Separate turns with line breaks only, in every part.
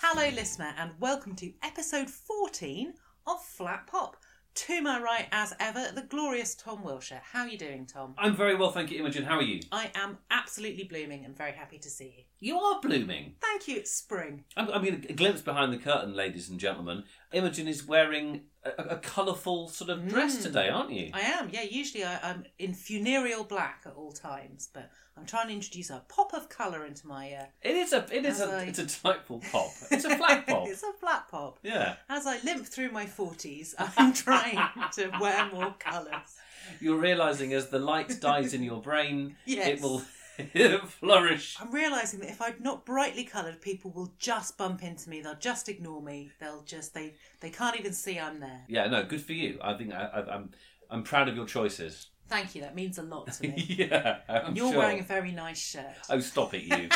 Hello, listener, and welcome to episode 14 of Flat Pop. To my right, as ever, the glorious Tom Wilshire. How are you doing, Tom?
I'm very well, thank you, Imogen. How are you?
I am absolutely blooming and very happy to see you.
You are blooming.
Thank you, it's spring.
I'm, I'm going to glimpse behind the curtain, ladies and gentlemen. Imogen is wearing a, a colourful sort of dress
Mm.
today, aren't you?
I am, yeah, usually I, I'm in funereal black at all times, but I'm trying to introduce a pop of colour into my. Uh,
It is a it is
Have
a
I?
it's a delightful pop. It's a flat pop.
it's a flat pop.
Yeah,
As I limp through my 40s, I'm trying to wear more colours.
you're realising as the light dies in your brain,
Yes.
it will flourish.
I'm realising that if I'm not brightly coloured, people will just bump into me. They'll just ignore me. They'll just they they can't even see I'm there.
Yeah, no, good for you. I think I, I, I'm I'm proud of your choices.
Thank you. That means a lot to me.
yeah, I'm
You're
sure.
wearing a very nice shirt.
Oh, stop it, you!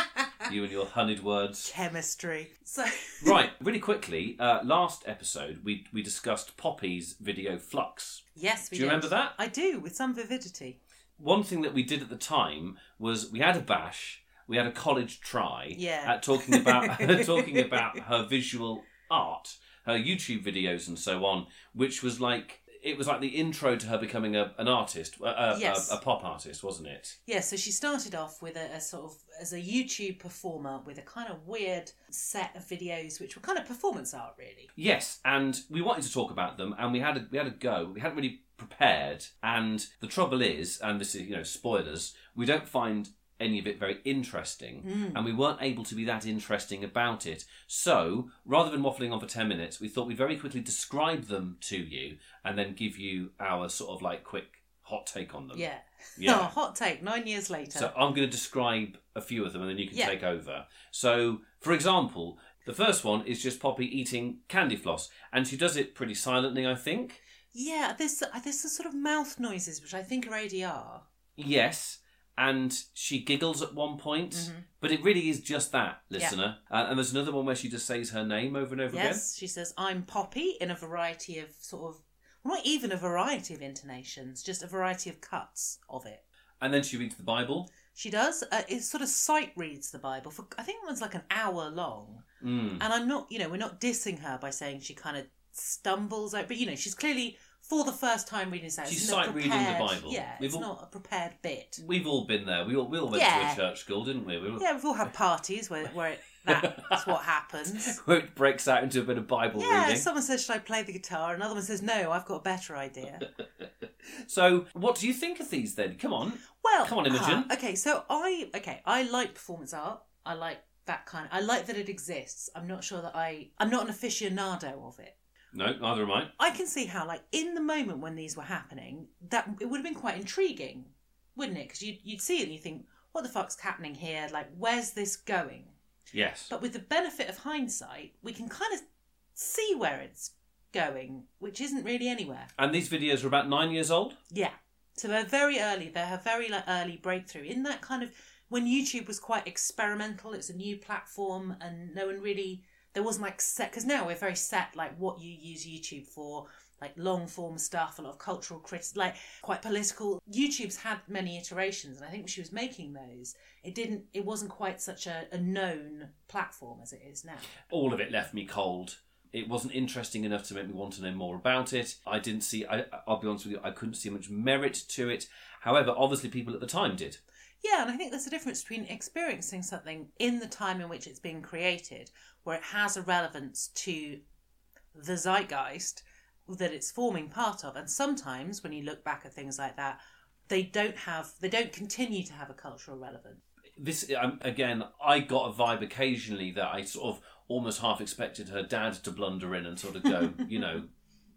you and your honeyed words.
Chemistry. So
Right, really quickly. Uh, last episode, we we discussed Poppy's video Flux.
yes, we
Do you
did.
remember that?
I do with some vividity.
One thing that we did at the time was we had a bash, we had a college try
Yeah.
at talking about talking about her visual art, her YouTube videos, and so on, which was like. It was like the intro to her becoming a, an artist, a, a,
Yes.
a, a pop artist, wasn't it?
Yeah, so she started off with a, a sort of as a YouTube performer with a kind of weird set of videos which were kind of performance art really.
Yes, and we wanted to talk about them, and we had a, we had a go. We hadn't really prepared, and the trouble is, and this is you know spoilers, we don't find any of it very interesting, and we weren't able to be that interesting about it. So rather than waffling on for ten minutes, we thought we'd very quickly describe them to you, and then give you our sort of like quick hot take on them.
Yeah.
Yeah.
Oh, hot take 9 years later.
So I'm going to describe a few of them and then you can
Yeah.
take over. So, for example, the first one is just Poppy eating candy floss and she does it pretty silently, I think.
Yeah, there's there's some sort of mouth noises which I think are ADR.
Yes. And she giggles at one point,
Mm-hmm.
but it really is just that, listener. Uh, and there's another one where she just says her name over and over
Yes, she says I'm Poppy in a variety of sort of well, not even a variety of intonations, just a variety of cuts of it.
again. And then she reads the Bible.
She does. Uh, it sort of sight reads the Bible for I think one's like an hour long,
Mm.
and I'm not you know we're not dissing her by saying she kind of stumbles out, but you know she's clearly for the first time reading this out.
She's
it's not
sight reading the
prepared-
Bible.
Yeah,
We've
it's
all-
not a prepared bit.
We've all been there. We all, we all went
Yeah.
to a church school, didn't we? we all,
Yeah, we've all had parties where where it, that's what happens.
Where it breaks out into a bit of Bible
Yeah,
reading.
someone says, "Should I play the guitar?" Another one says, "No, I've got a better idea."
So, what do you think of these then? Come on.
Well,
Come on, Imogen.
uh, okay, so I okay, I like performance art. I like that kind. I like that it exists. I'm not sure that I. I'm not an aficionado of it.
No, neither am I.
I can see how, like, in the moment when these were happening, that it would have been quite intriguing, wouldn't it? Because you'd you'd see it and you think, "What the fuck's happening here? Like, where's this going?"
Yes.
But with the benefit of hindsight, we can kind of see where it's going, which isn't really anywhere.
And these videos were about nine years old?
Yeah. So they're very early. They're her very like early breakthrough in that kind of when YouTube was quite experimental. It's a new platform, and no one really there wasn't like set because now we're very set like what you use YouTube for, like long form stuff, a lot of cultural crit like quite political. YouTube's had many iterations, and I think when she was making those, it didn't. It wasn't quite such a, a known platform as it is now.
All of it left me cold. It wasn't interesting enough to make me want to know more about it. I didn't see, I, I'll be honest with you, I couldn't see much merit to it. However, obviously, people at the time did.
Yeah, and I think there's a difference between experiencing something in the time in which it's being created, where it has a relevance to the zeitgeist that it's forming part of. And sometimes when you look back at things like that, they don't have, they don't continue to have a cultural relevance.
This, um, again, I got a vibe occasionally that I sort of almost half expected her dad to blunder in and sort of go, you know,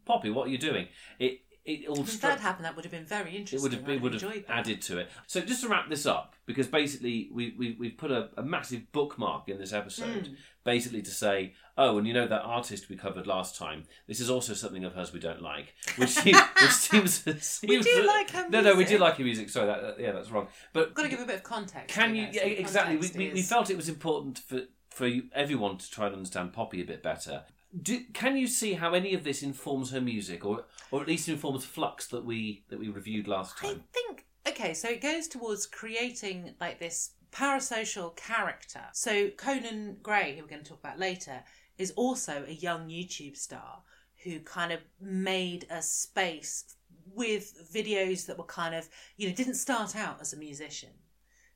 Poppy, what are you doing? It, it all
If
struck
that happened, that would have been very interesting.
it would have
I'd
been, would have
enjoyed that.
added to it. So just to wrap this up, because basically we we we've put a, a massive bookmark in this episode,
Hmm.
basically to say, oh, and you know that artist we covered last time. This is also something of hers we don't like, which seems, which seems, seems
do like her
no, no, we do
music.
like her music. Sorry, that, that- yeah, that's wrong. But
Got to give a bit of context.
can
I
you
guess.
yeah,
The
exactly? We,
context
we, we
is-
felt it was important for for you- everyone to try and understand Poppy a bit better. Do, can you see how any of this informs her music, or or at least informs Flux that we that we reviewed last
I
time?
think okay, so it goes towards creating like this parasocial character. So Conan Gray, who we're going to talk about later, is also a young YouTube star who kind of made a space with videos that were kind of, you know, didn't start out as a musician.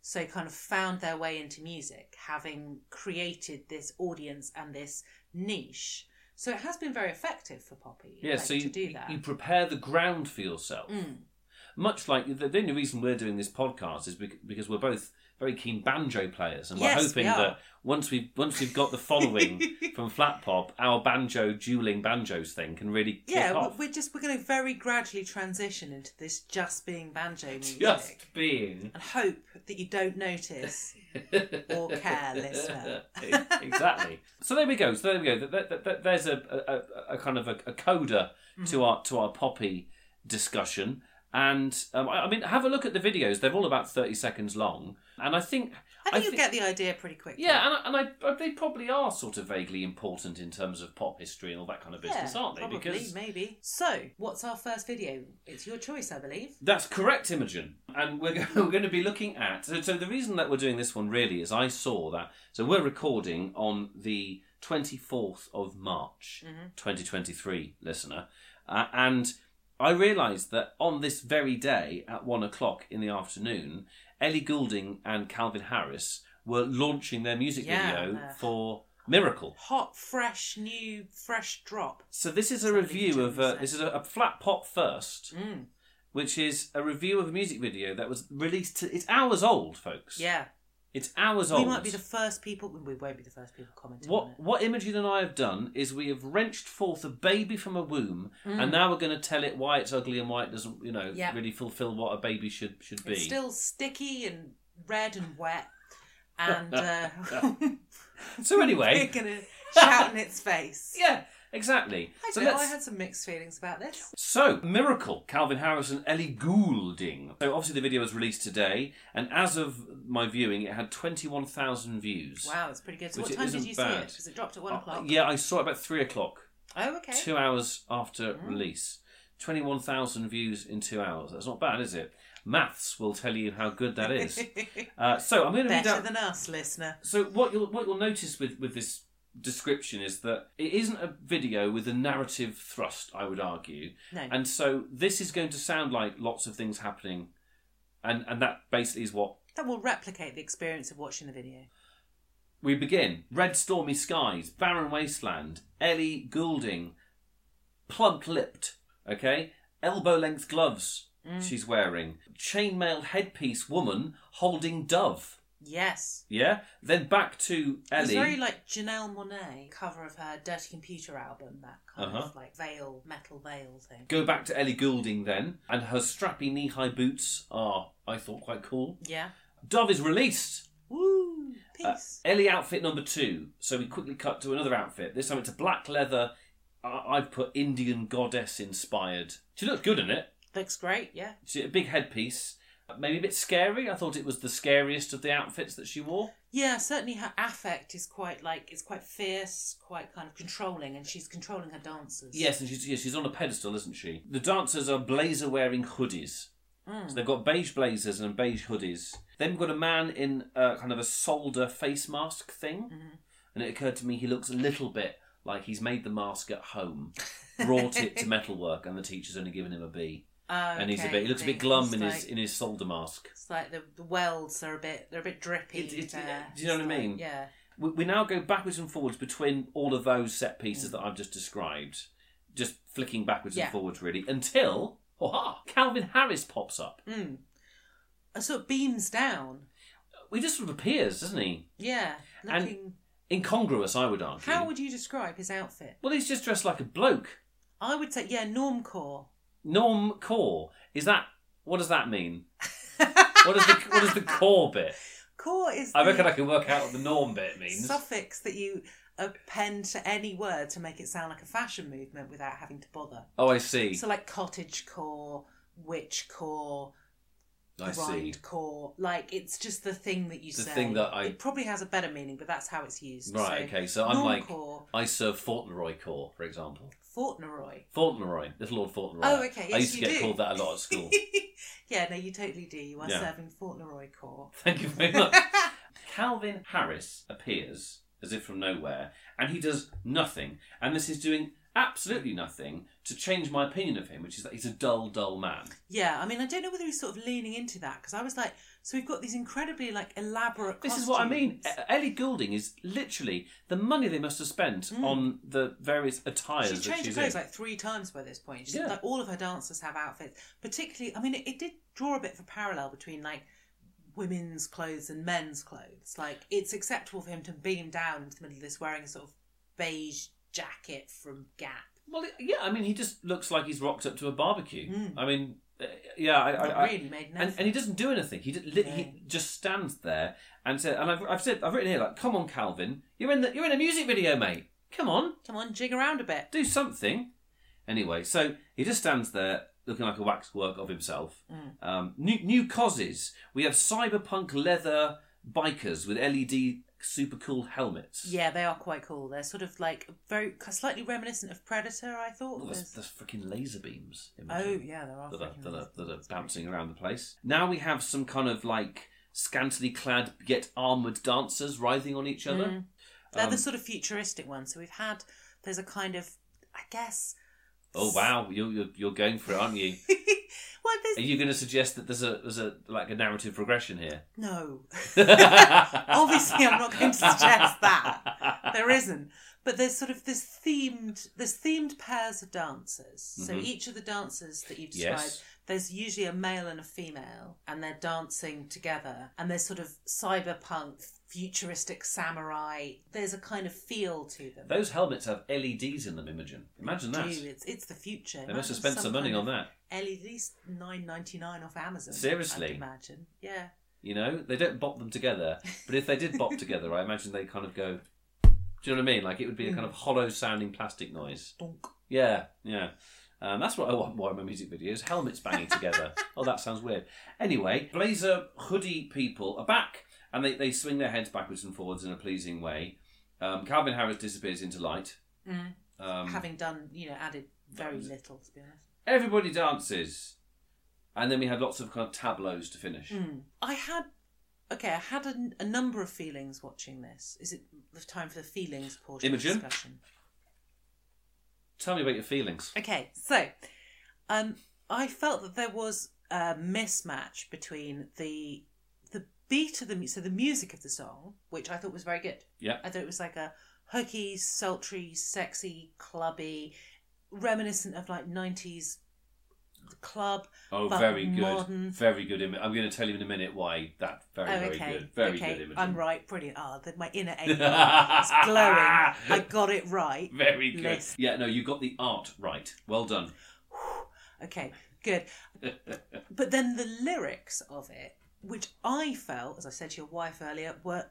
So kind of found their way into music, having created this audience and this niche. So it has been very effective for Poppy
Yeah,
like,
so you,
to do that.
you prepare the ground for yourself.
Mm.
Much like the, the only reason we're doing this podcast is bec- because we're both very keen banjo players, and we're
Yes,
hoping
we are.
that once we have once we've got the following from Flat Pop, our banjo dueling banjos thing can really kick
yeah,
off.
we- we're just we're going to very gradually transition into this just being banjo music.
Just being
and hope that you don't notice or care, listener.
E, exactly. So there we go. So there we go. Th- th- th- th- There's a, a, a- a kind of a, a coda
Mm-hmm.
to our to our poppy discussion. And um, I, I mean, have a look at the videos. They're all about thirty seconds long, and I think
I think
I
you'll
thi-
get the idea pretty quickly.
yeah, and, I, and I, but they probably are sort of vaguely important in terms of pop history and all that kind of business,
Yeah,
aren't they?
Probably,
Because
maybe. So, what's our first video? It's your choice, I believe.
That's correct, Imogen. And we're, go- we're going to be looking at. So, so, the reason that we're doing this one really is I saw that. So, we're recording on the 24th of March,
Mm-hmm.
2023, listener. Uh, and I realised that on this very day at one o'clock in the afternoon, Ellie Goulding and Calvin Harris were launching their music
Yeah.
video for Miracle.
Hot, fresh, new, fresh drop.
So this is a
Somebody
review of a,
jumps
this is a, a flat pop first,
Mm.
which is a review of a music video that was released. To, it's hours old, folks.
Yeah.
it's hours
We
old.
might be the first people. We won't be the first people commenting on
what
it.
what Imogen and I have done is we have wrenched forth a baby from a womb, and now we're going to tell it why it's ugly and why it doesn't, you know,
Mm. Yeah.
really fulfil what a baby should should be.
It's still sticky and red and wet. And uh,
so
we're
anyway,
going to shout in its face.
yeah, exactly.
I,
so
don't know, I
let's-
had some mixed feelings about this.
So, Miracle, Calvin Harris and Ellie Goulding. So, obviously, the video was released today, and as of my viewing, it had 21,000 views.
Wow, it's pretty good. So,
Which
what time
isn't
did you see it?
bad.
Because it dropped at one
Uh,
o'clock.
yeah, I saw it about 3 o'clock,
Oh, okay.
two hours after release. 21,000 views in two hours. That's not bad, is it? Maths will tell you how good that is. uh, so, I'm going to read
Better
out.
than us, listener.
So what you'll what you'll notice with with this description is that it isn't a video with a narrative thrust. I would argue,
No.
and so this is going to sound like lots of things happening, and and that basically is what
That will replicate the experience of watching the video.
we begin. Red stormy skies, barren wasteland, Ellie Goulding, plump lipped. Okay, elbow length gloves.
Mm.
She's wearing chainmail headpiece. Woman holding dove.
Yes.
Yeah. Then back to Ellie.
It's very like Janelle Monet cover of her Dirty Computer album, that kind
Uh-huh.
of like veil, metal veil thing.
Go back to Ellie Goulding then, and her strappy knee high boots are, I thought, quite cool.
Yeah.
Dove is released!
Woo!
Uh,
Peace.
Ellie outfit number two. So we quickly cut to another outfit. This time it's a black leather. I- I've put Indian goddess inspired. She looked good in it.
Looks great, yeah.
She a big headpiece. Maybe a bit scary. I thought it was the scariest of the outfits that she wore.
Yeah, certainly her affect is quite like, it's quite fierce, quite kind of controlling, and she's controlling her dancers.
Yes, and she's yeah, she's on a pedestal, isn't she? The dancers are blazer wearing hoodies. So they've got beige blazers and beige hoodies. Then we've got a man in a kind of a solder face mask thing, and it occurred to me he looks a little bit like he's made the mask at home, brought it to metalwork, and the teacher's only given him a B.
Ah, Okay,
And he's a bit he looks a bit
thanks.
glum in
It's
his
like-
in his solder mask.
It's like the, the welds are a bit, they're a bit drippy.
It- it-
there.
do you know
It's
what I
like-
mean?
Yeah.
we, we now go backwards and forwards between all of those set pieces that I've just described, just flicking backwards
Yeah.
and forwards really until ha-ha, Calvin Harris pops up.
Mm. It sort of beams down.
He just sort of appears, doesn't he?
Yeah.
And-
Looking.
Incongruous, I would argue.
how would you describe his outfit?
Well, he's just dressed like a bloke.
I would say, yeah, normcore.
Norm core is that? What does that mean? What is the what is the core bit?
Core is the
I reckon I can work out what the norm bit means.
suffix that you append to any word to make it sound like a fashion movement without having to bother.
Oh, I see.
So, like cottage core, witch core,
I see.
grindcore. Like it's just the thing that you
The
say.
thing that I-
It probably has a better meaning, but that's how it's used.
Right,
So,
okay, so I'm like,
Normcore,
I serve Fauntleroy Corps, for example.
Fortneroy.
Fauntleroy, Little Lord Fauntleroy.
Oh, okay. Yes,
I used to
you
get
do.
called that a lot at school.
yeah, no, you totally do. You are
Yeah.
serving Fortneroy Corps.
Thank you very much. Calvin Harris appears as if from nowhere, and he does nothing. And this is doing absolutely nothing to change my opinion of him, which is that he's a dull, dull man.
yeah, I mean, I don't know whether he's sort of leaning into that because I was like, so we've got these incredibly like elaborate.
This is what I mean.
costumes.
E- Ellie Goulding is literally the money they must have spent on the various attires
She
that
changed Mm. her
she's
clothes
in.
like three times by this point. She's
Yeah.
like all of her dancers have outfits. Particularly, I mean, it, it did draw a bit of a parallel between like women's clothes and men's clothes. Like it's acceptable for him to beam down into the middle of this wearing a sort of beige jacket from Gap.
Well, yeah, I mean, he just looks like he's rocked up to a barbecue.
Mm.
I mean, uh, yeah, I, I,
It
I-
really made no.
and, and he doesn't do anything. He, just lit,
No.
he just stands there and said, and I've, I've said, I've written here like, come on, Calvin, you're in the, you're in a music video, mate. Come on,
Come on, jig around a bit.
do something. Anyway, so he just stands there looking like a waxwork of himself.
Mm.
Um, new, new causes. We have cyberpunk leather bikers with LED super cool helmets.
Yeah, they are quite cool. They're sort of like very slightly reminiscent of Predator. I thought.
Oh, there's,
There's-
there's freaking laser beams. in
Oh
between
yeah, there are.
That are,
freaking
that, are,
loads.
that are bouncing around the place. Now we have some kind of like scantily clad yet armoured dancers writhing on each other.
Mm. They're
Um,
the sort of futuristic ones. So we've had. There's a kind of, I guess.
Oh wow, you're, you're you're going for it, aren't you?
well, there's
Are you going to suggest that there's a there's a like a narrative progression here?
no. Obviously, I'm not going to suggest
Ah,
that. there isn't. But there's sort of this themed. There's themed pairs of dancers. So
Mhm.
each of the dancers that you described,
Yes.
there's usually a male and a female, and they're dancing together. And there's sort of cyberpunk, futuristic samurai. There's a kind of feel to them.
Those helmets have LEDs in them, Imogen. Imagine that.
Dude, it's, it's the future.
They must have spent some money on that.
At least E nine ninety nine off Amazon.
Seriously?
I'd imagine. Yeah.
You know, they don't bop them together, but if they did bop together, I imagine they kind of go. Do you know what I mean? Like it would be a kind of hollow-sounding plastic noise.
Donk.
Yeah, yeah. Um, that's what I want more in my music videos. Helmets banging together. oh, that sounds weird. Anyway, blazer hoodie people are back, and they, they swing their heads backwards and forwards in a pleasing way. Um, Calvin Harris disappears into light.
Mm.
Um,
Having done, you know, added very
was-
little to be honest.
everybody dances, and then we have lots of kind of tableaus to finish.
Mm. I had okay. I had a, a number of feelings watching this. Is it the time for the feelings portion
Imogen?
of discussion?
Tell me about your feelings.
Okay, so um, I felt that there was a mismatch between the the beat of the mu- so the music of the song, which I thought was very good.
Yeah.
I thought it was like a hooky, sultry, sexy, clubby, reminiscent of like nineties club.
Oh,
But
very good,
modern-
very good. Im- I'm going to tell you in a minute why that very,
oh,
very
okay,
good, very
okay.
good image.
I'm right, brilliant. Ah, that my inner alien. It's glowing. I got it right.
Very good.
List.
Yeah, no, you got the art right. Well done.
Okay, good. but then the lyrics of it, which I felt, as I said to your wife earlier, were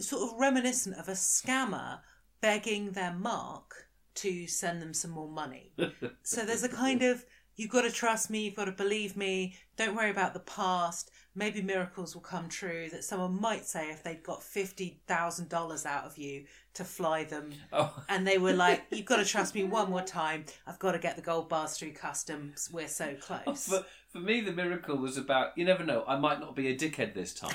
sort of reminiscent of a scammer begging their mark to send them some more money. so there's a kind of you've got to trust me, you've got to believe me, don't worry about the past, maybe miracles will come true that someone might say if they'd got $50,000 out of you to fly them
Oh,
and they were like, "You've got to trust me one more time. I've got to get the gold bars through customs. We're so close."
for, for me, the miracle was about you never know. I might not be a dickhead this time.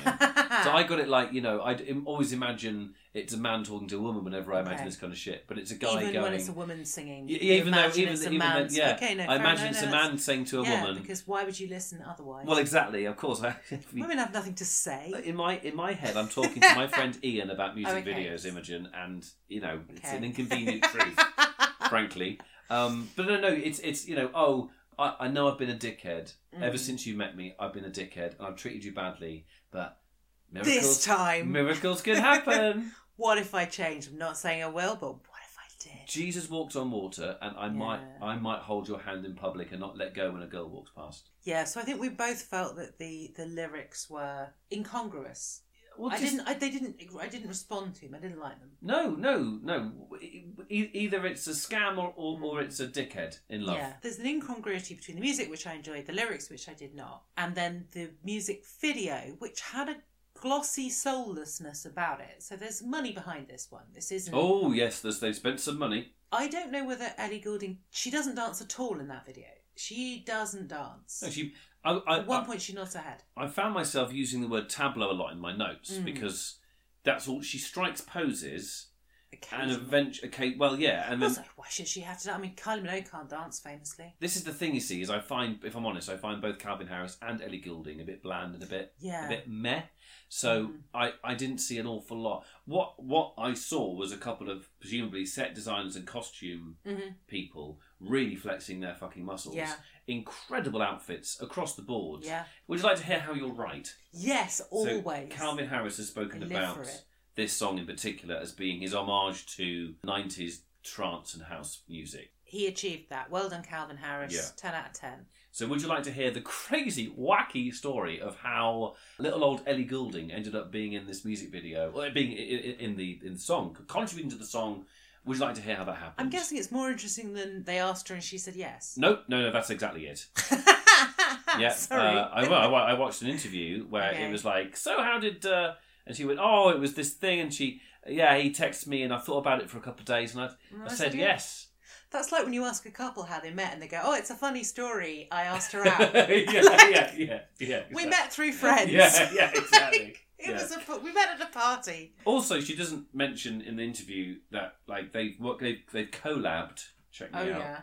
so I got it like you know. I Im- always imagine it's a man talking to a woman whenever I imagine
Okay.
this kind of shit. But it's a guy
even
going.
when it's a woman singing,
Y-
you
even though,
imagine
even,
it's a
even then,
man's-
yeah,
okay, no,
I
fair
imagine
enough,
it's
no,
a
that's-
man saying to a
yeah,
woman.
because why would you listen otherwise?
Well, exactly. Of course, I,
women have nothing to say.
In my in my head, I'm talking to my friend Ian about music
okay.
videos, Imogen, and you know it's
Okay.
an inconvenient truth, frankly. Um, but no, no, it's it's you know oh I, I know I've been a dickhead
Mm.
ever since you met me. I've been a dickhead and I've treated you badly, but miracles
This time,
miracles can happen.
what if I change? I'm not saying I will, but what if I did?
Jesus walked on water, and I might
Yeah.
I might hold your hand in public and not let go when a girl walks past.
Yeah, so I think we both felt that the the lyrics were incongruous.
Well,
I
just-
didn't. I, they didn't. I didn't respond to him. I didn't like them.
No, no, no. E- either it's a scam or, or, or it's a dickhead in love.
Yeah, there's an incongruity between the music, which I enjoyed, the lyrics, which I did not, and then the music video, which had a glossy soullessness about it. So there's money behind this one. This isn't.
Oh yes, there's, they've spent some money.
I don't know whether Ellie Goulding. She doesn't dance at all in that video. She doesn't dance.
No, she, I, I,
At one
I-
point, she nods her head.
I found myself using the word tableau a lot in my notes
Mm.
because that's all she strikes poses and
Occasionally.
eventually. Okay, well, yeah, and
I
then
was like, why should she have to? dance? I mean, Kylie Minogue can't dance famously.
this is the thing you see is I find, if I'm honest, I find both Calvin Harris and Ellie Goulding a bit bland and a bit
Yeah.
a bit meh. So
Mm.
I, I didn't see an awful lot. What what I saw was a couple of presumably set designers and costume
Mhm.
people really flexing their fucking muscles.
Yeah.
Incredible outfits across the board.
Yeah.
Would you like to hear how you're right?
Yes, always.
So Calvin Harris has spoken
I live for
about
it.
this song in particular as being his homage to 90s trance and house music.
He achieved that. Well done, Calvin Harris.
Yeah.
10 out of 10.
So, would you like to hear the crazy, wacky story of how little old Ellie Goulding ended up being in this music video, or being i- i- in the in the song, contributing to the song? Would you like to hear how that happened?
I'm guessing it's more interesting than they asked her and she said yes.
Nope, no, no, that's exactly it. Yeah,
Sorry.
Uh, I, well, I, wa- I watched an interview where
Okay.
it was like, so how did? Uh, and she went, oh, it was this thing, and she, yeah, he texted me, and I thought about it for a couple of days, and I,
And
I said yes.
That's like when you ask a couple how they met and they go, oh, it's a funny story. I asked her out.
yeah, yeah, yeah, yeah.
we
exactly.
met through friends.
Yeah, yeah, exactly.
It
Yeah.
was a, we met at a party.
Also, she doesn't mention in the interview that like they've worked, they've, they've collabed. Check me
Oh,
out.
yeah.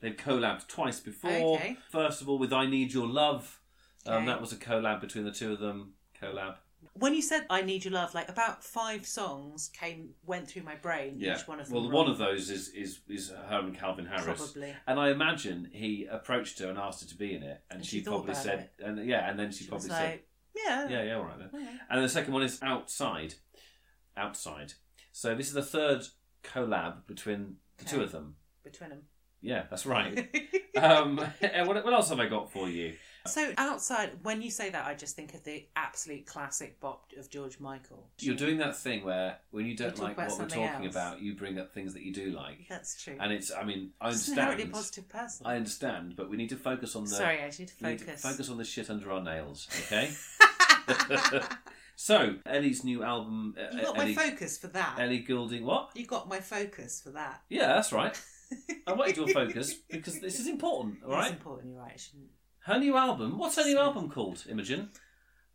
They've collabed twice before.
Okay.
First of all, with "I Need Your Love,"
Okay.
um, that was a collab between the two of them. Collab.
When you said "I Need Your Love," like about five songs came went through my brain.
Yeah.
Each one of them.
well,
were
one
on-
of those is is is her and Calvin Harris.
Probably.
And I imagine he approached her and asked her to be in it, and,
And
she,
she thought
probably
about
said, and yeah, and then she,
She was
probably
like, "Oh." yeah.
said, yeah, yeah, all right then.
okay.
And the second one is outside, outside. So this is the third collab between the two
Okay.
of them.
Between them.
Yeah, that's right. um, eh, what, what else have I got for you?
So outside, when you say that, I just think of the absolute classic bop of George Michael.
You're doing that thing where when you don't
talk
like
about
what we're
something
talking
else.
about, you bring up things that you do like,
That's true.
and it's. I mean, I
Just an inherently
understand.
positive person.
I understand, but we need to focus on the.
Sorry, I need to
we need to
focus.
focus on the shit under our nails, okay? so Ellie's new album. Uh,
you got my
Ellie,
focus for that.
Ellie Goulding. What?
You got my focus for that.
Yeah, that's right. I wanted your focus because this is important, all
It's
right?
important. You're right. I shouldn't.
Her new album. What's her new album called, Imogen?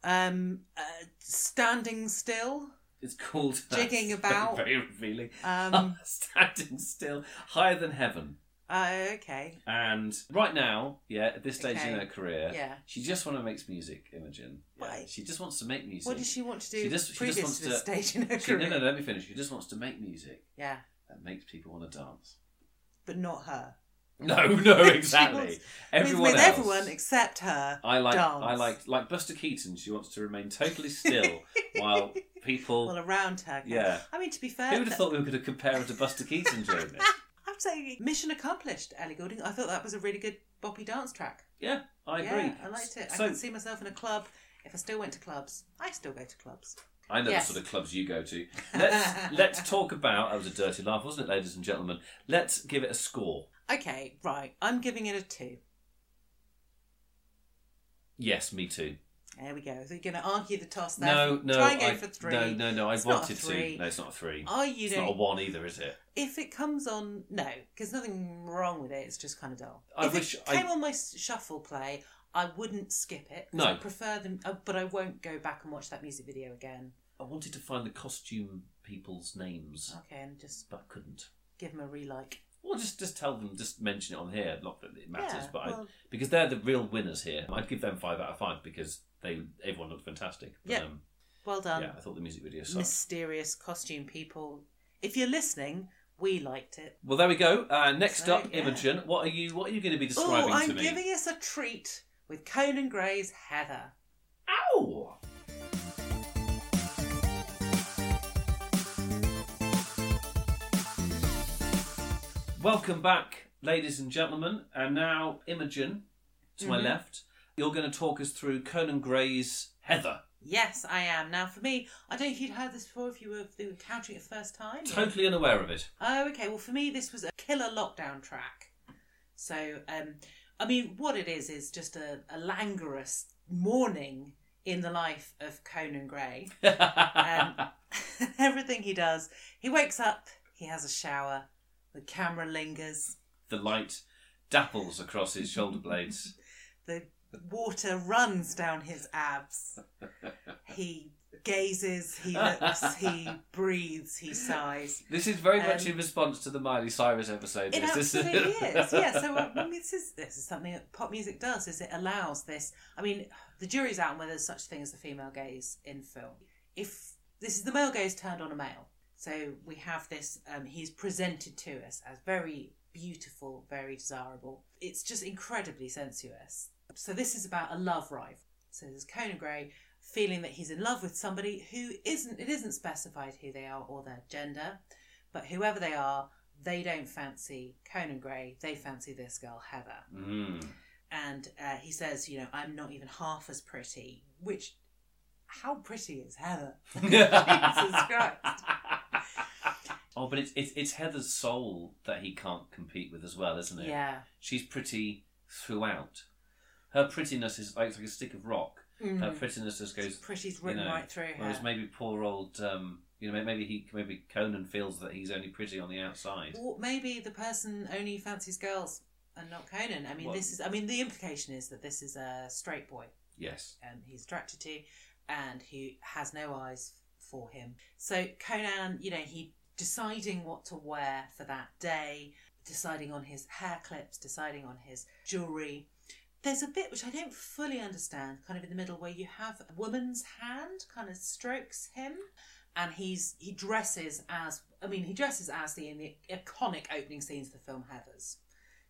Um, uh, standing still.
It's called uh,
Jigging About.
Very revealing.
Um,
Standing still, higher than heaven.
uh, okay.
And right now, yeah, at this stage in
Okay.
her career,
Yeah.
she just wants to make music, Imogen. Yeah,
Why?
She just wants to make music.
What does she want to do
She just- she just
previous
wants
to this
to-
stage in her
She-
career?
no, no, let me finish. She just wants to make music
Yeah,
that makes people want to dance.
but not her.
No, no,
She
exactly.
wants-
everyone
with, with
else.
everyone except her.
I like
dance.
I like like Buster Keaton. She wants to remain totally still while people.
Well, around her.
yeah.
I mean, to be fair,
Who would have
that-
thought we could have compared her to Buster Keaton during this?
I'm saying mission accomplished, Ellie Goulding. I thought that was a really good boppy dance track.
Yeah, I
yeah,
agree.
I liked it. I
So
could see myself in a club. If I still went to clubs, I still go to clubs.
I know
Yes.
the sort of clubs you go to. Let's let's talk about. That was a dirty laugh, wasn't it, ladies and gentlemen? Let's give it a score.
Okay, right. I'm giving it a two.
Yes, me too.
There we go. So you're going to argue the toss there.
No, no,
Try and go
I-
for three.
No, no, no. I
It's not a
wanted
three.
to. No, it's not a three.
Are you
it's
doing?
not a one either, is it?
If it comes on, no, because nothing wrong with it. It's just kind of dull.
I
if
wish
it
I-
came on my s- shuffle play, I wouldn't skip it. 'cause
No.
I prefer them, uh, but I won't go back and watch that music video again.
I wanted to find the costume people's names,
Okay, and just
but I couldn't.
give them a relike.
Well, just just tell them, just mention it on here. Not that it matters,
Yeah,
but I,
well-
because they're the real winners here, I'd give them five out of five because they everyone looked fantastic. But,
Yeah.
um,
Well done,
yeah, I thought the music video sucked.
mysterious costume people. If you're listening, we liked it.
Well, there we go. Uh, next
So,
up,
yeah.
Imogen, what are you what are you going to be
Oh,
describing to
I'm
me?
giving us a treat with Conan Gray's Heather.
Ow! Welcome back, ladies and gentlemen. And
Mm-hmm.
now, Imogen, to my left, you're going to talk us through Conan Gray's Heather.
Yes, I am. Now, for me, I don't know if you'd heard this before, if you were encountering it first time.
Totally unaware of it.
Oh, okay. Well, for me, this was a killer lockdown track. So, um, I mean, what it is is just a, a languorous morning in the life of Conan Gray. Um, everything he does, he wakes up, he has a shower, the camera lingers,
the light dapples across his shoulder blades.
the water runs down his abs. He gazes, he looks, he breathes, he sighs.
This is very much
Um,
in response to the Miley Cyrus episode.
It
This is-
absolutely is. Yeah. So uh, I mean, this is this is something that pop music does. Is it allows this? I mean, the jury's out on whether there's such thing as the female gaze in film. If this is the male gaze turned on a male, so we have this. Um, he's presented to us as very beautiful, very desirable. It's just incredibly sensuous. So this is about a love rival. So there's Conan Gray feeling that he's in love with somebody who isn't. It isn't specified who they are or their gender, but whoever they are, they don't fancy Conan Gray. They fancy this girl Heather,
Mm.
and uh, he says, you know, I'm not even half as pretty. Which, how pretty is Heather? Christ.
Oh, but it's, it's it's Heather's soul that he can't compete with as well, isn't it?
Yeah.
She's pretty throughout. Her prettiness is like, it's like a stick of rock. Her
Mm.
prettiness just goes.
Pretty's
You
written
know,
right through her.
Whereas maybe poor old, um, you know, maybe he, maybe Conan feels that he's only pretty on the outside.
Or maybe the person only fancies girls and not Conan. I mean,
Well-
this is. I mean, the implication is that this is a straight boy.
Yes.
um, he's attracted to and who has no eyes for him. So Conan, you know, he deciding what to wear for that day, deciding on his hair clips, deciding on his jewellery. There's a bit which I don't fully understand, kind of in the middle, where you have a woman's hand kind of strokes him, and he's he dresses as I mean he dresses as the in the iconic opening scenes of the film Heather's.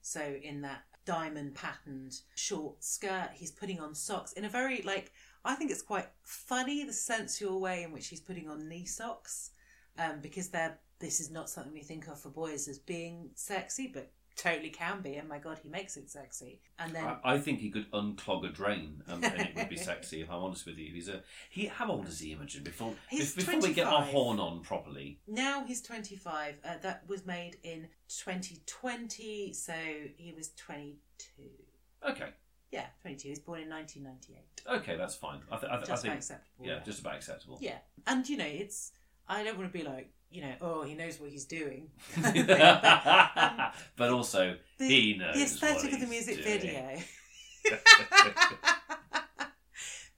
So in that diamond patterned short skirt, he's putting on socks in a very like I think it's quite funny the sensual way in which he's putting on knee socks, um, because they're this is not something we think of for boys as being sexy, but totally can be. And my God, he makes it sexy. And then
I, I think he could unclog a drain, um, and it would be sexy. If I'm honest with you, he's a he. How old is he, Imogen? Before
He's
bef- before we get our
25.
horn on properly,
now he's 25. Uh, that was made in 2020, so he was 22.
okay,
Yeah, 22. He was born in 1998.
okay, that's fine. I, th- I, th- I
Just about
think
acceptable.
yeah, just about acceptable.
Yeah, and you know, it's I don't want to be like you know, oh, he knows what he's doing. But, um,
but also,
the,
He knows
the aesthetic
what
of the
he's
music
doing.
video.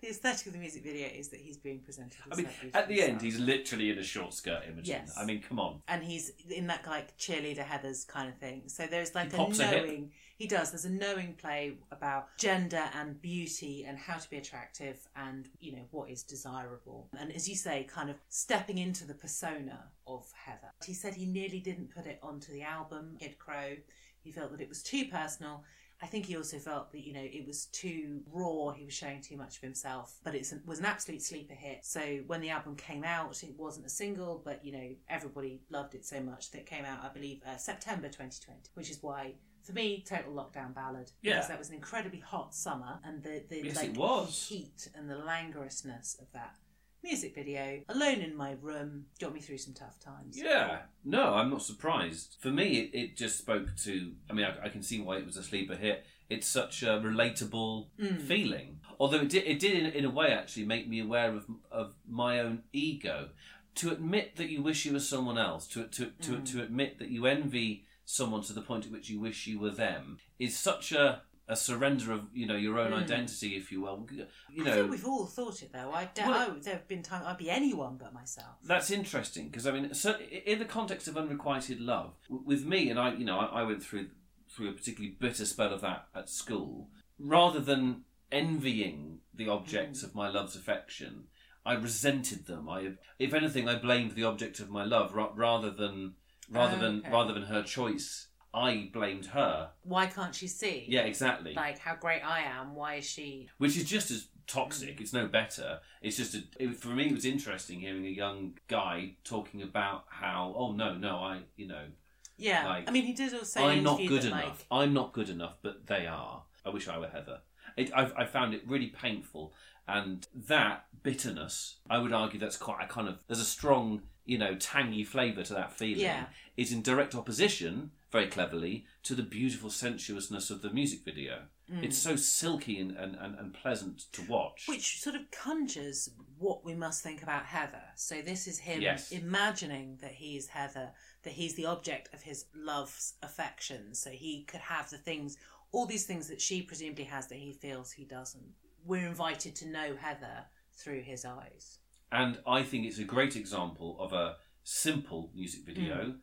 the aesthetic of the music video is that he's being presented.
I
As
mean,
that beautiful
at the end,
son.
he's literally in a short skirt, Imogen.
Yes.
I mean, come on.
and he's in that like cheerleader Heather's kind of thing. So there's like a
He pops a hip.
knowing. he does. There's a knowing play about gender and beauty and how to be attractive and you know what is desirable. And as you say, kind of stepping into the persona of Heather. He said he nearly didn't put it onto the album Kid Crow. He felt that it was too personal. I think he also felt that you know it was too raw. He was showing too much of himself, but it was an absolute sleeper hit. So when the album came out, it wasn't a single, but you know everybody loved it so much that it came out, I believe, uh, September 2020, which is why for me, total lockdown ballad.
Yeah.
because that was an incredibly hot summer, and the the
Yes,
like
it was.
heat and the languorousness of that music video. Alone in my room got me through some tough times.
Yeah. No, I'm not surprised. For me, it, it just spoke to. I mean, I, I can see why it was a sleeper hit. It's such a relatable
Mm.
feeling. Although it did, it did in, in a way actually make me aware of of my own ego. To admit that you wish you were someone else, to to to,
Mm.
to admit that you envy someone to the point at which you wish you were them, is such a a surrender of you know your own
Mm.
identity, if you will. You know,
I think we've all thought it though. I doubt
Well-
oh, there have been times I'd be anyone but myself.
That's interesting because I mean, so in the context of unrequited love, w- with me and I, you know, I, I went through through a particularly bitter spell of that at school. Rather than envying the objects of my love's affection, I resented them. I, if anything, I blamed the object of my love ra- rather than rather than
Okay.
rather than her choice. I blamed her.
Why can't she see?
Yeah, exactly.
Like how great I am. Why is she?
which is just as toxic. It's no better. It's just a, it, for me. It was interesting hearing a young guy talking about how oh no no I you know
Yeah.
Like,
I mean, he did also.
I'm
in an
not
interview
good
that,
enough. I'm not good enough, but they are. I wish I were Heather. It, I've, I found it really painful, and that bitterness, I would argue that's quite a kind of there's a strong, you know, tangy flavour to that feeling.
Yeah.
Is in direct opposition, very cleverly, to the beautiful sensuousness of the music video. It's so silky and, and, and, and pleasant to watch.
Which sort of conjures what we must think about Heather. So this is him
Yes.
imagining that he is Heather, that he's the object of his love's affection. So he could have the things, all these things that she presumably has that he feels he doesn't. We're invited to know Heather through his eyes.
and I think it's a great example of a simple
Hmm.
music video,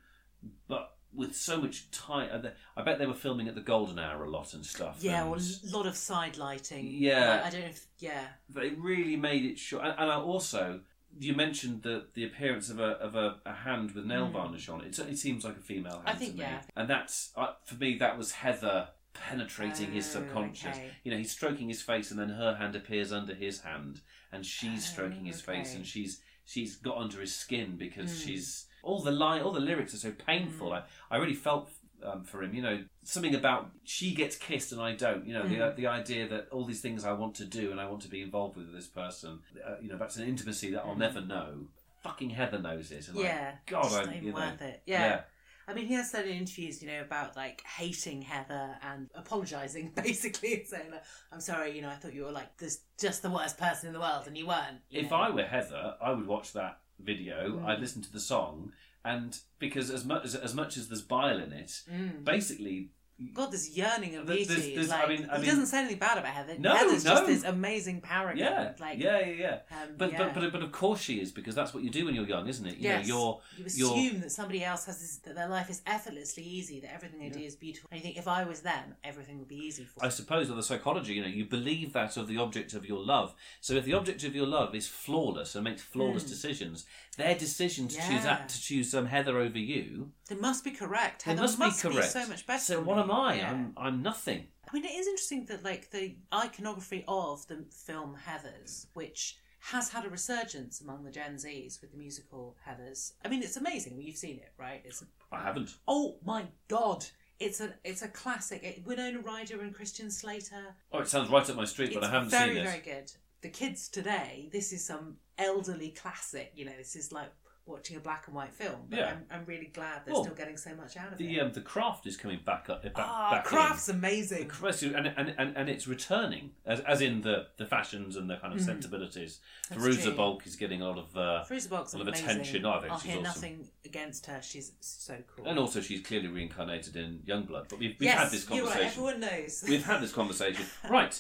but with so much time. I bet they were filming at the golden hour a lot and stuff.
Yeah, or
and
a lot of side lighting.
Yeah.
I, I don't know if, yeah.
they really made it sure. And, and I also, you mentioned the the appearance of a of a, a hand with nail
Mm.
varnish on it. It certainly seems like a female hand
I think,
to me.
yeah.
And that's uh, for me. That was Heather penetrating his
Oh,
subconscious.
okay.
You know, he's stroking his face, and then her hand appears under his hand, and she's
Oh,
stroking his face,
okay.
and she's she's got under his skin because
Mm.
she's all the line, all the lyrics are so
Hmm.
painful. I, I really felt um, for him. You know, something about she gets kissed and I don't. You know,
Hmm.
the the idea that all these things I want to do and I want to be involved with this person. Uh, you know, that's an intimacy that I'll
Mm.
never know. Fucking Heather knows it. And
yeah.
Like, God,
it's
I,
not even
you know,
worth it. Yeah. I mean, he has said in interviews, you know, about like hating Heather and apologising, basically, and saying, like, I'm sorry, you know, I thought you were like this, just the worst person in the world, and you weren't. you
If
know.
I were Heather, I would watch that video.
Mm.
I'd listen to the song, and because as much as, as much as there's bile in it,
Mm.
basically
God, this yearning of
Th-
beauty.
there's- there's- I
like,
mean- I
he
mean-
doesn't say anything bad about Heather.
No,
Heather's
no.
just this amazing paragon.
Yeah,
Like,
yeah, yeah, yeah.
Um,
But,
yeah.
but but but of course she is because that's what you do when you're young, isn't it? You
Yes.
know, you're
you
you're-
assume that somebody else has this, that their life is effortlessly easy, that everything they do is beautiful. And you think, if I was them, everything would be easy for
I
me.
suppose on the psychology, you know, you believe that of the object of your love. So
Hmm.
if the object of your love is flawless and makes flawless
Mm.
decisions, their decision to choose
Yeah.
that to choose some Heather over you,
They must be correct.
they
Heather
must, be correct.
so much better.
So
than
what
me.
am I?
Yeah.
I'm I'm nothing.
I mean, it is interesting that like the iconography of the film Heather's, which has had a resurgence among the Gen Zs with the musical Heather's. I mean, it's amazing. You've seen it, right? It's
I haven't.
oh my god, it's a it's a classic. It, Winona Ryder and Christian Slater.
Oh, it sounds right up my street,
It's
but I haven't
very
seen it.
very good. The kids today, this is some elderly classic. You know, this is like watching a black and white film. But
Yeah.
I'm, I'm really glad they're
Well,
still getting so much out of
The
it.
um, the craft is coming back up. Back,
Ah,
back in.
craft's
The
amazing.
craft is- and, and, and, and it's returning as, as in the, the fashions and the kind of
Mm.
sensibilities.
That's
Veruza
true.
Bulk is getting a lot of uh,
Fruza Box
A
is
lot of
amazing.
attention. I think
will
she's
hear
awesome.
nothing against her. She's so cool.
And also, she's clearly reincarnated in Youngblood. But we've, we've
yes,
had this
you're right.
conversation.
Everyone knows
we've had this conversation. Right,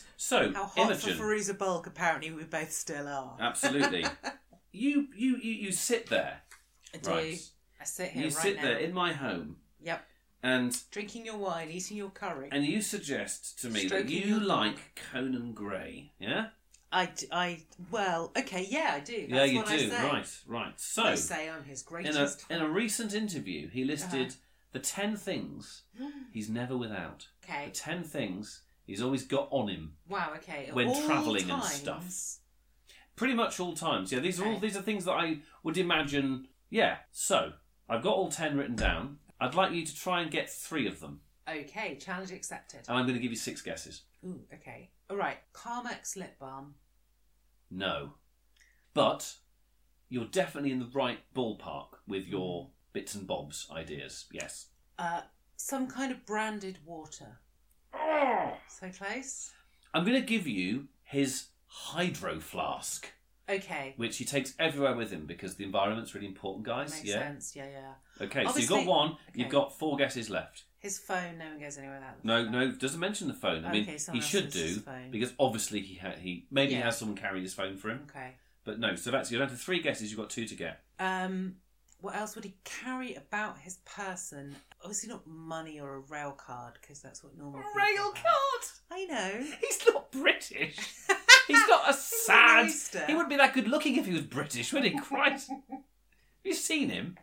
so,
how hot
Imogen. Ah,
for Fruza Bulk. Apparently, we both still are.
absolutely. you, you, you, you sit there.
I do.
right.
I sit here
You
right
sit
now.
there in my home
Yep.
and
Drinking your wine, eating your curry.
and you suggest to me
Stroking
that you
your dog.
like Conan Gray, yeah?
I, d- I, well, okay, yeah, I do. That's
yeah, you
what
do.
I say.
Right, right.
I
So,
say I'm his
in a,
greatest.
in a recent interview,
Uh-huh.
he listed the 10 things he's never without. The
Okay.
10 things he's always got on him.
Wow. Okay. Of
When
all
travelling and
times-
stuff. Pretty much all times. Yeah, these are all
Okay.
these are things that I would imagine. Yeah. So I've got all ten written down. I'd like you to try and get three of them,
Okay. Challenge accepted.
and I'm going to give you six guesses.
Ooh. Okay. All right. Carmex lip balm.
No, but you're definitely in the right ballpark with your
Mm-hmm.
bits and bobs ideas. Yes.
Uh, some kind of branded water. So close.
I'm going to give you his hydro flask,
Okay.
which he takes everywhere with him because the environment's really important, guys.
Makes
yeah.
sense. Yeah, yeah.
Okay, so
Obviously-
you've got one. You've
okay.
got four guesses left.
His phone. No one goes anywhere without. the
No,
phone.
no, doesn't mention the phone. I mean,
Okay,
he
someone
should
else's
do
phone.
because obviously he ha- he maybe he
Yeah.
has someone carry his phone for him.
Okay.
But no, so that's you're down to three guesses. You've got two to get.
Um, what else would he carry about his person? Obviously not money or a rail card because that's what normal. people have. I know.
He's not British. He's not a sad.
oyster.
He wouldn't be that good looking if he was British, would he? Christ. Have you seen him?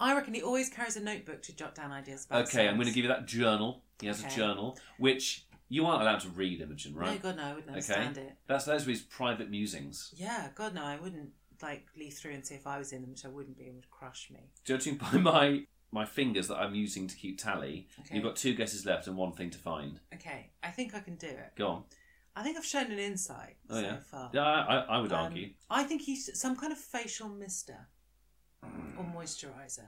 I reckon he always carries a notebook to jot down ideas about.
Okay, I'm going to give you that journal. He has
Okay.
a journal which you aren't allowed to read, Imogen,
No,
right?
God, no, I wouldn't
okay,
understand it.
that's those are his private musings.
Yeah, God, no, I wouldn't like leaf through and see if I was in them, which I wouldn't be. It would crush me.
Judging by my my fingers that I'm using to keep tally,
Okay.
you've got two guesses left and one thing to find.
Okay, I think I can do it.
Go on.
I think I've shown an insight
Oh,
so
yeah.
far.
Yeah, I, I- I would
Um,
argue.
I think he's some kind of facial mister or moisturizer.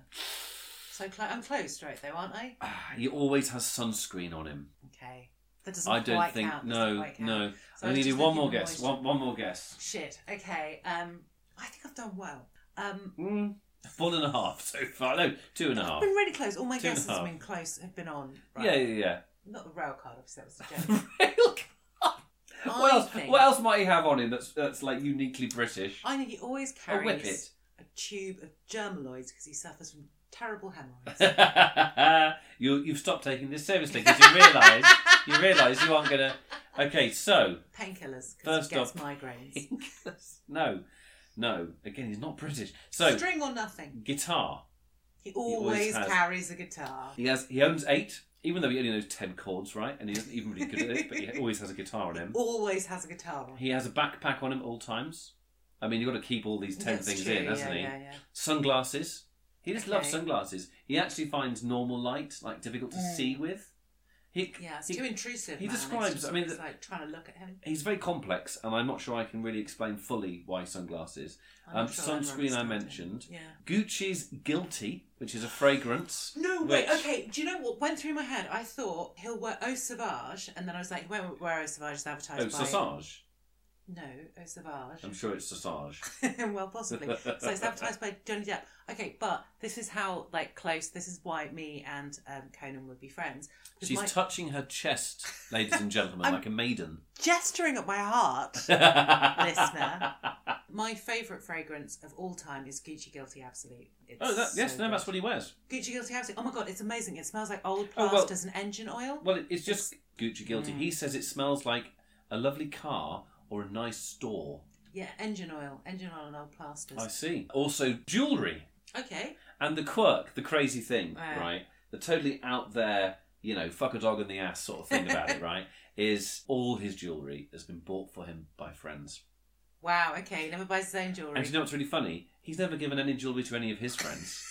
So cl- I'm close, right though, aren't I?
Ah, he always has sunscreen on him.
Okay, that doesn't.
I don't
quite
think.
count, doesn't
no,
quite count.
no.
So
I
was
need
just
one
thinking
more guess.
moisture.
One, one more guess.
Shit. Okay. Um, I think I've done well. Um,
Mm, one and a half so far. No, two and a
I've
half.
been really close. All my
Two and a
guesses have
half.
been close. Have been on. Right.
Yeah, yeah,
Not the rail card, obviously. That was a
yeah.
joke.
Real
I
What else?
Think,
What else might he have on him that's that's like uniquely British?
I think he always
A
carries
whippet.
a tube of germaloids because he suffers from terrible hemorrhoids.
you you've stopped taking this seriously because you realise you realise you aren't gonna. Okay, so
Painkillers because
First
he gets
off-
migraines.
no, no. Again, he's not British. So
String or nothing.
guitar.
He
always
always,
has-
carries a guitar.
He has he owns eight, even though he only knows ten chords, right? And he isn't even really good at it, but he always has a guitar on
He
him.
always has a guitar. on.
He has a backpack on him at all times. I mean, you've got to keep all these ten
That's
things
true,
in, hasn't
yeah,
he?
Yeah, yeah.
Sunglasses. He just loves
Okay.
sunglasses. He actually finds normal light like difficult to
Mm.
see with. He,
Yeah, it's
he-
too intrusive.
he
man. It's
describes-
just-
I mean,
it's
the-
like trying to look at him.
he's very complex, and I'm not sure I can really explain fully why sunglasses.
I'm not
Um,
sure I've ever
sunscreen I
understood it.
mentioned.
Yeah.
Gucci's Guilty, which is a fragrance.
No, wait,
which-
okay. Do you know what went through my head? I thought he'll wear Eau Sauvage, and then I was like, he won't wear Eau Sauvage, it's advertised
Oh,
by.
Sausage.
No, Eau Sauvage.
I'm sure it's Sausage.
well, possibly. So it's advertised by Johnny Depp. Okay, but this is how like close. This is why me and um, Conan would be friends. 'Cause
She's
my-
touching her chest, ladies and gentlemen,
I'm-
like a maiden.
gesturing at my heart.
Listener.
my favourite fragrance of all time is Gucci Guilty Absolute. It's
Oh, that, yes,
so
no,
good.
that's what he wears.
Gucci Guilty Absolute. Oh my god, it's amazing. It smells like old
Oh, well-
plasters and engine oil.
Well, it, it's just Gucci Guilty. He
Mm.
says it smells like a lovely car or a nice store.
Yeah, engine oil, engine oil and old plasters.
I see. Also, jewellery.
Okay.
And the quirk, the crazy thing,
Right.
right? The totally out there, you know, fuck a dog in the ass sort of thing about it, right? Is all his jewellery has been bought for him by friends.
Wow. Okay. He never buys his own
And
jewelry.
do you know what's really funny? He's never given any jewellery to any of his friends.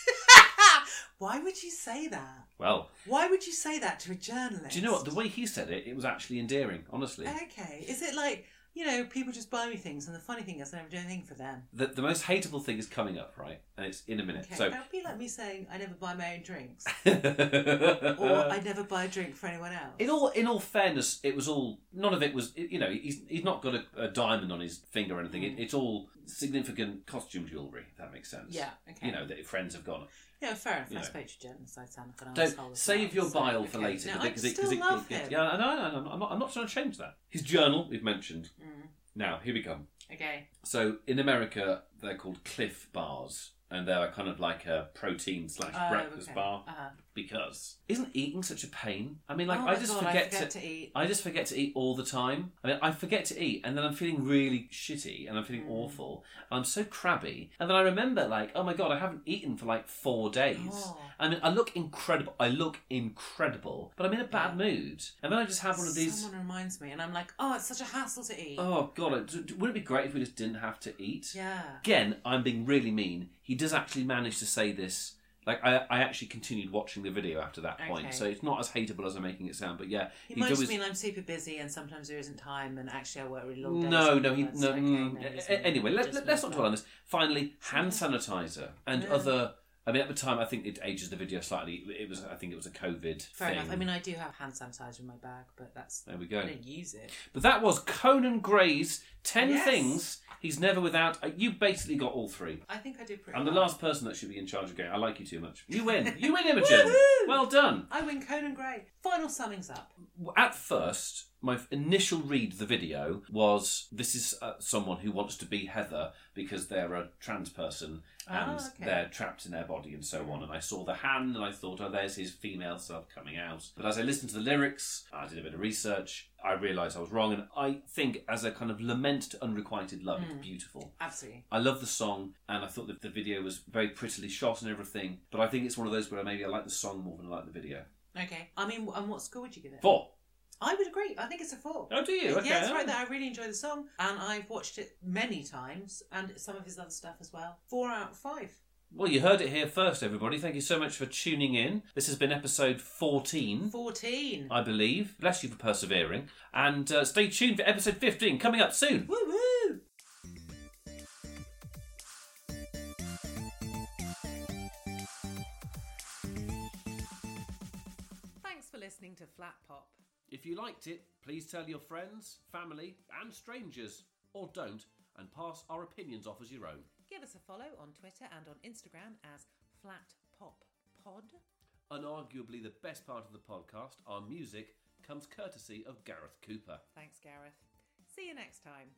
Why would you say that?
well,
Why would you say that to a journalist?
do you know what? The way he said it, it was actually endearing, honestly.
Uh, Okay. Is it like you know people just buy me things, and the funny thing is I never do anything for them.
The, the most hateable thing is coming up, right? And it's in a minute.
Okay.
So.
That'd be like me saying I never buy my own drinks, or I
or
never buy a drink for anyone else.
In Uh, all, in all fairness, it was all. None of it was. You know, he's he's not got a, a diamond on his finger or anything.
Mm.
It, it's all significant costume jewelry. If that makes sense.
Yeah. Oh, Okay.
You know that friends have gone.
Yeah, fair enough.
you
I
know.
spoke to Janice. I sound like an
Don't
arsehole as
save
well,
your
so,
bile for
okay.
later
No,
because
I
it, 'cause
still
it,
love
it gets.
him.
Yeah, I know. I know, I'm not. I'm not trying to change that. His journal we've mentioned.
Mm,
Now here we come.
okay.
So in America, they're called Cliff Bars, and they're kind of like a protein slash
Oh,
breakfast
okay.
bar
Uh-huh.
because isn't eating such a pain? I mean, like
Oh
I
my
just
God,
forget,
I forget to, eat.
I just forget to eat all the time. I mean, I forget to eat, and then I'm feeling really shitty, and I'm feeling
Mm.
awful, and I'm so crabby, and then I remember, like, oh my god, I haven't eaten for like four days.
Oh.
I mean, I look incredible. I look incredible, but I'm in a bad
Yeah.
mood, and then I just have one of these.
Someone reminds me, and I'm like, oh, it's such a hassle to eat.
Oh god, it- d- d- wouldn't it be great if we just didn't have to eat?
Yeah.
Again, I'm being really mean. He does actually manage to say this. Like I, I actually continued watching the video after that point,
Okay.
so it's not as hateable as I'm making it sound. But yeah,
He
he's
might just
always-
mean I'm super busy, and sometimes there isn't time, and actually I work really long days.
No,
and
no, he,
all that
no.
stuff.
mm,
Okay, no, he's
a- a-
mean-
anyway, let,
just
let,
means
us not dwell on
that.
this. Finally, hand sanitizer and
Yeah.
other. I mean, at the time, I think it ages the video slightly. It was, I think, it was a COVID
Fair
thing.
enough. I mean, I do have hand sanitizer in my bag, but that's
there we go.
I don't use it.
But that was Conan Gray's ten
Yes.
things he's never without. Uh, You basically got all three.
I think I did pretty.
I'm the
well.
last person that should be in charge of game. I like you too much. You win. You win, Imogen.
Woohoo!
well done.
I win Conan Gray. Final summings up.
At first, my initial read of the video was this is uh, someone who wants to be Heather because they're a trans person and
Ah, okay.
they're trapped in their body and so on. And I saw the hand and I thought, oh, there's his female self coming out. But as I listened to the lyrics, I did a bit of research, I realised I was wrong. And I think, as a kind of lament to unrequited love,
Hmm.
it's beautiful.
Absolutely.
I love the song, and I thought that the video was very prettily shot and everything. But I think it's one of those where maybe I like the song more than I like the video.
Okay. I mean, and what score would you give it?
Four.
I would agree. I think it's a four.
Oh, do you? Okay.
Yeah, it's right there. I really enjoy the song, and I've watched it many times, and some of his other stuff as well. Four out of five.
Well, you heard it here first, everybody. Thank you so much for tuning in. This has been episode 14,
14.
I believe. Bless you for persevering. And uh, stay tuned for episode 15 coming up soon.
Woo woo! Thanks for listening to Flat Pop.
If you liked it, please tell your friends, family, and strangers, or don't, and pass our opinions off as your own.
Give us a follow on Twitter and on Instagram as Flat Pop Pod.
Unarguably the best part of the podcast, our music, comes courtesy of Gareth Cooper.
Thanks, Gareth. See you next time.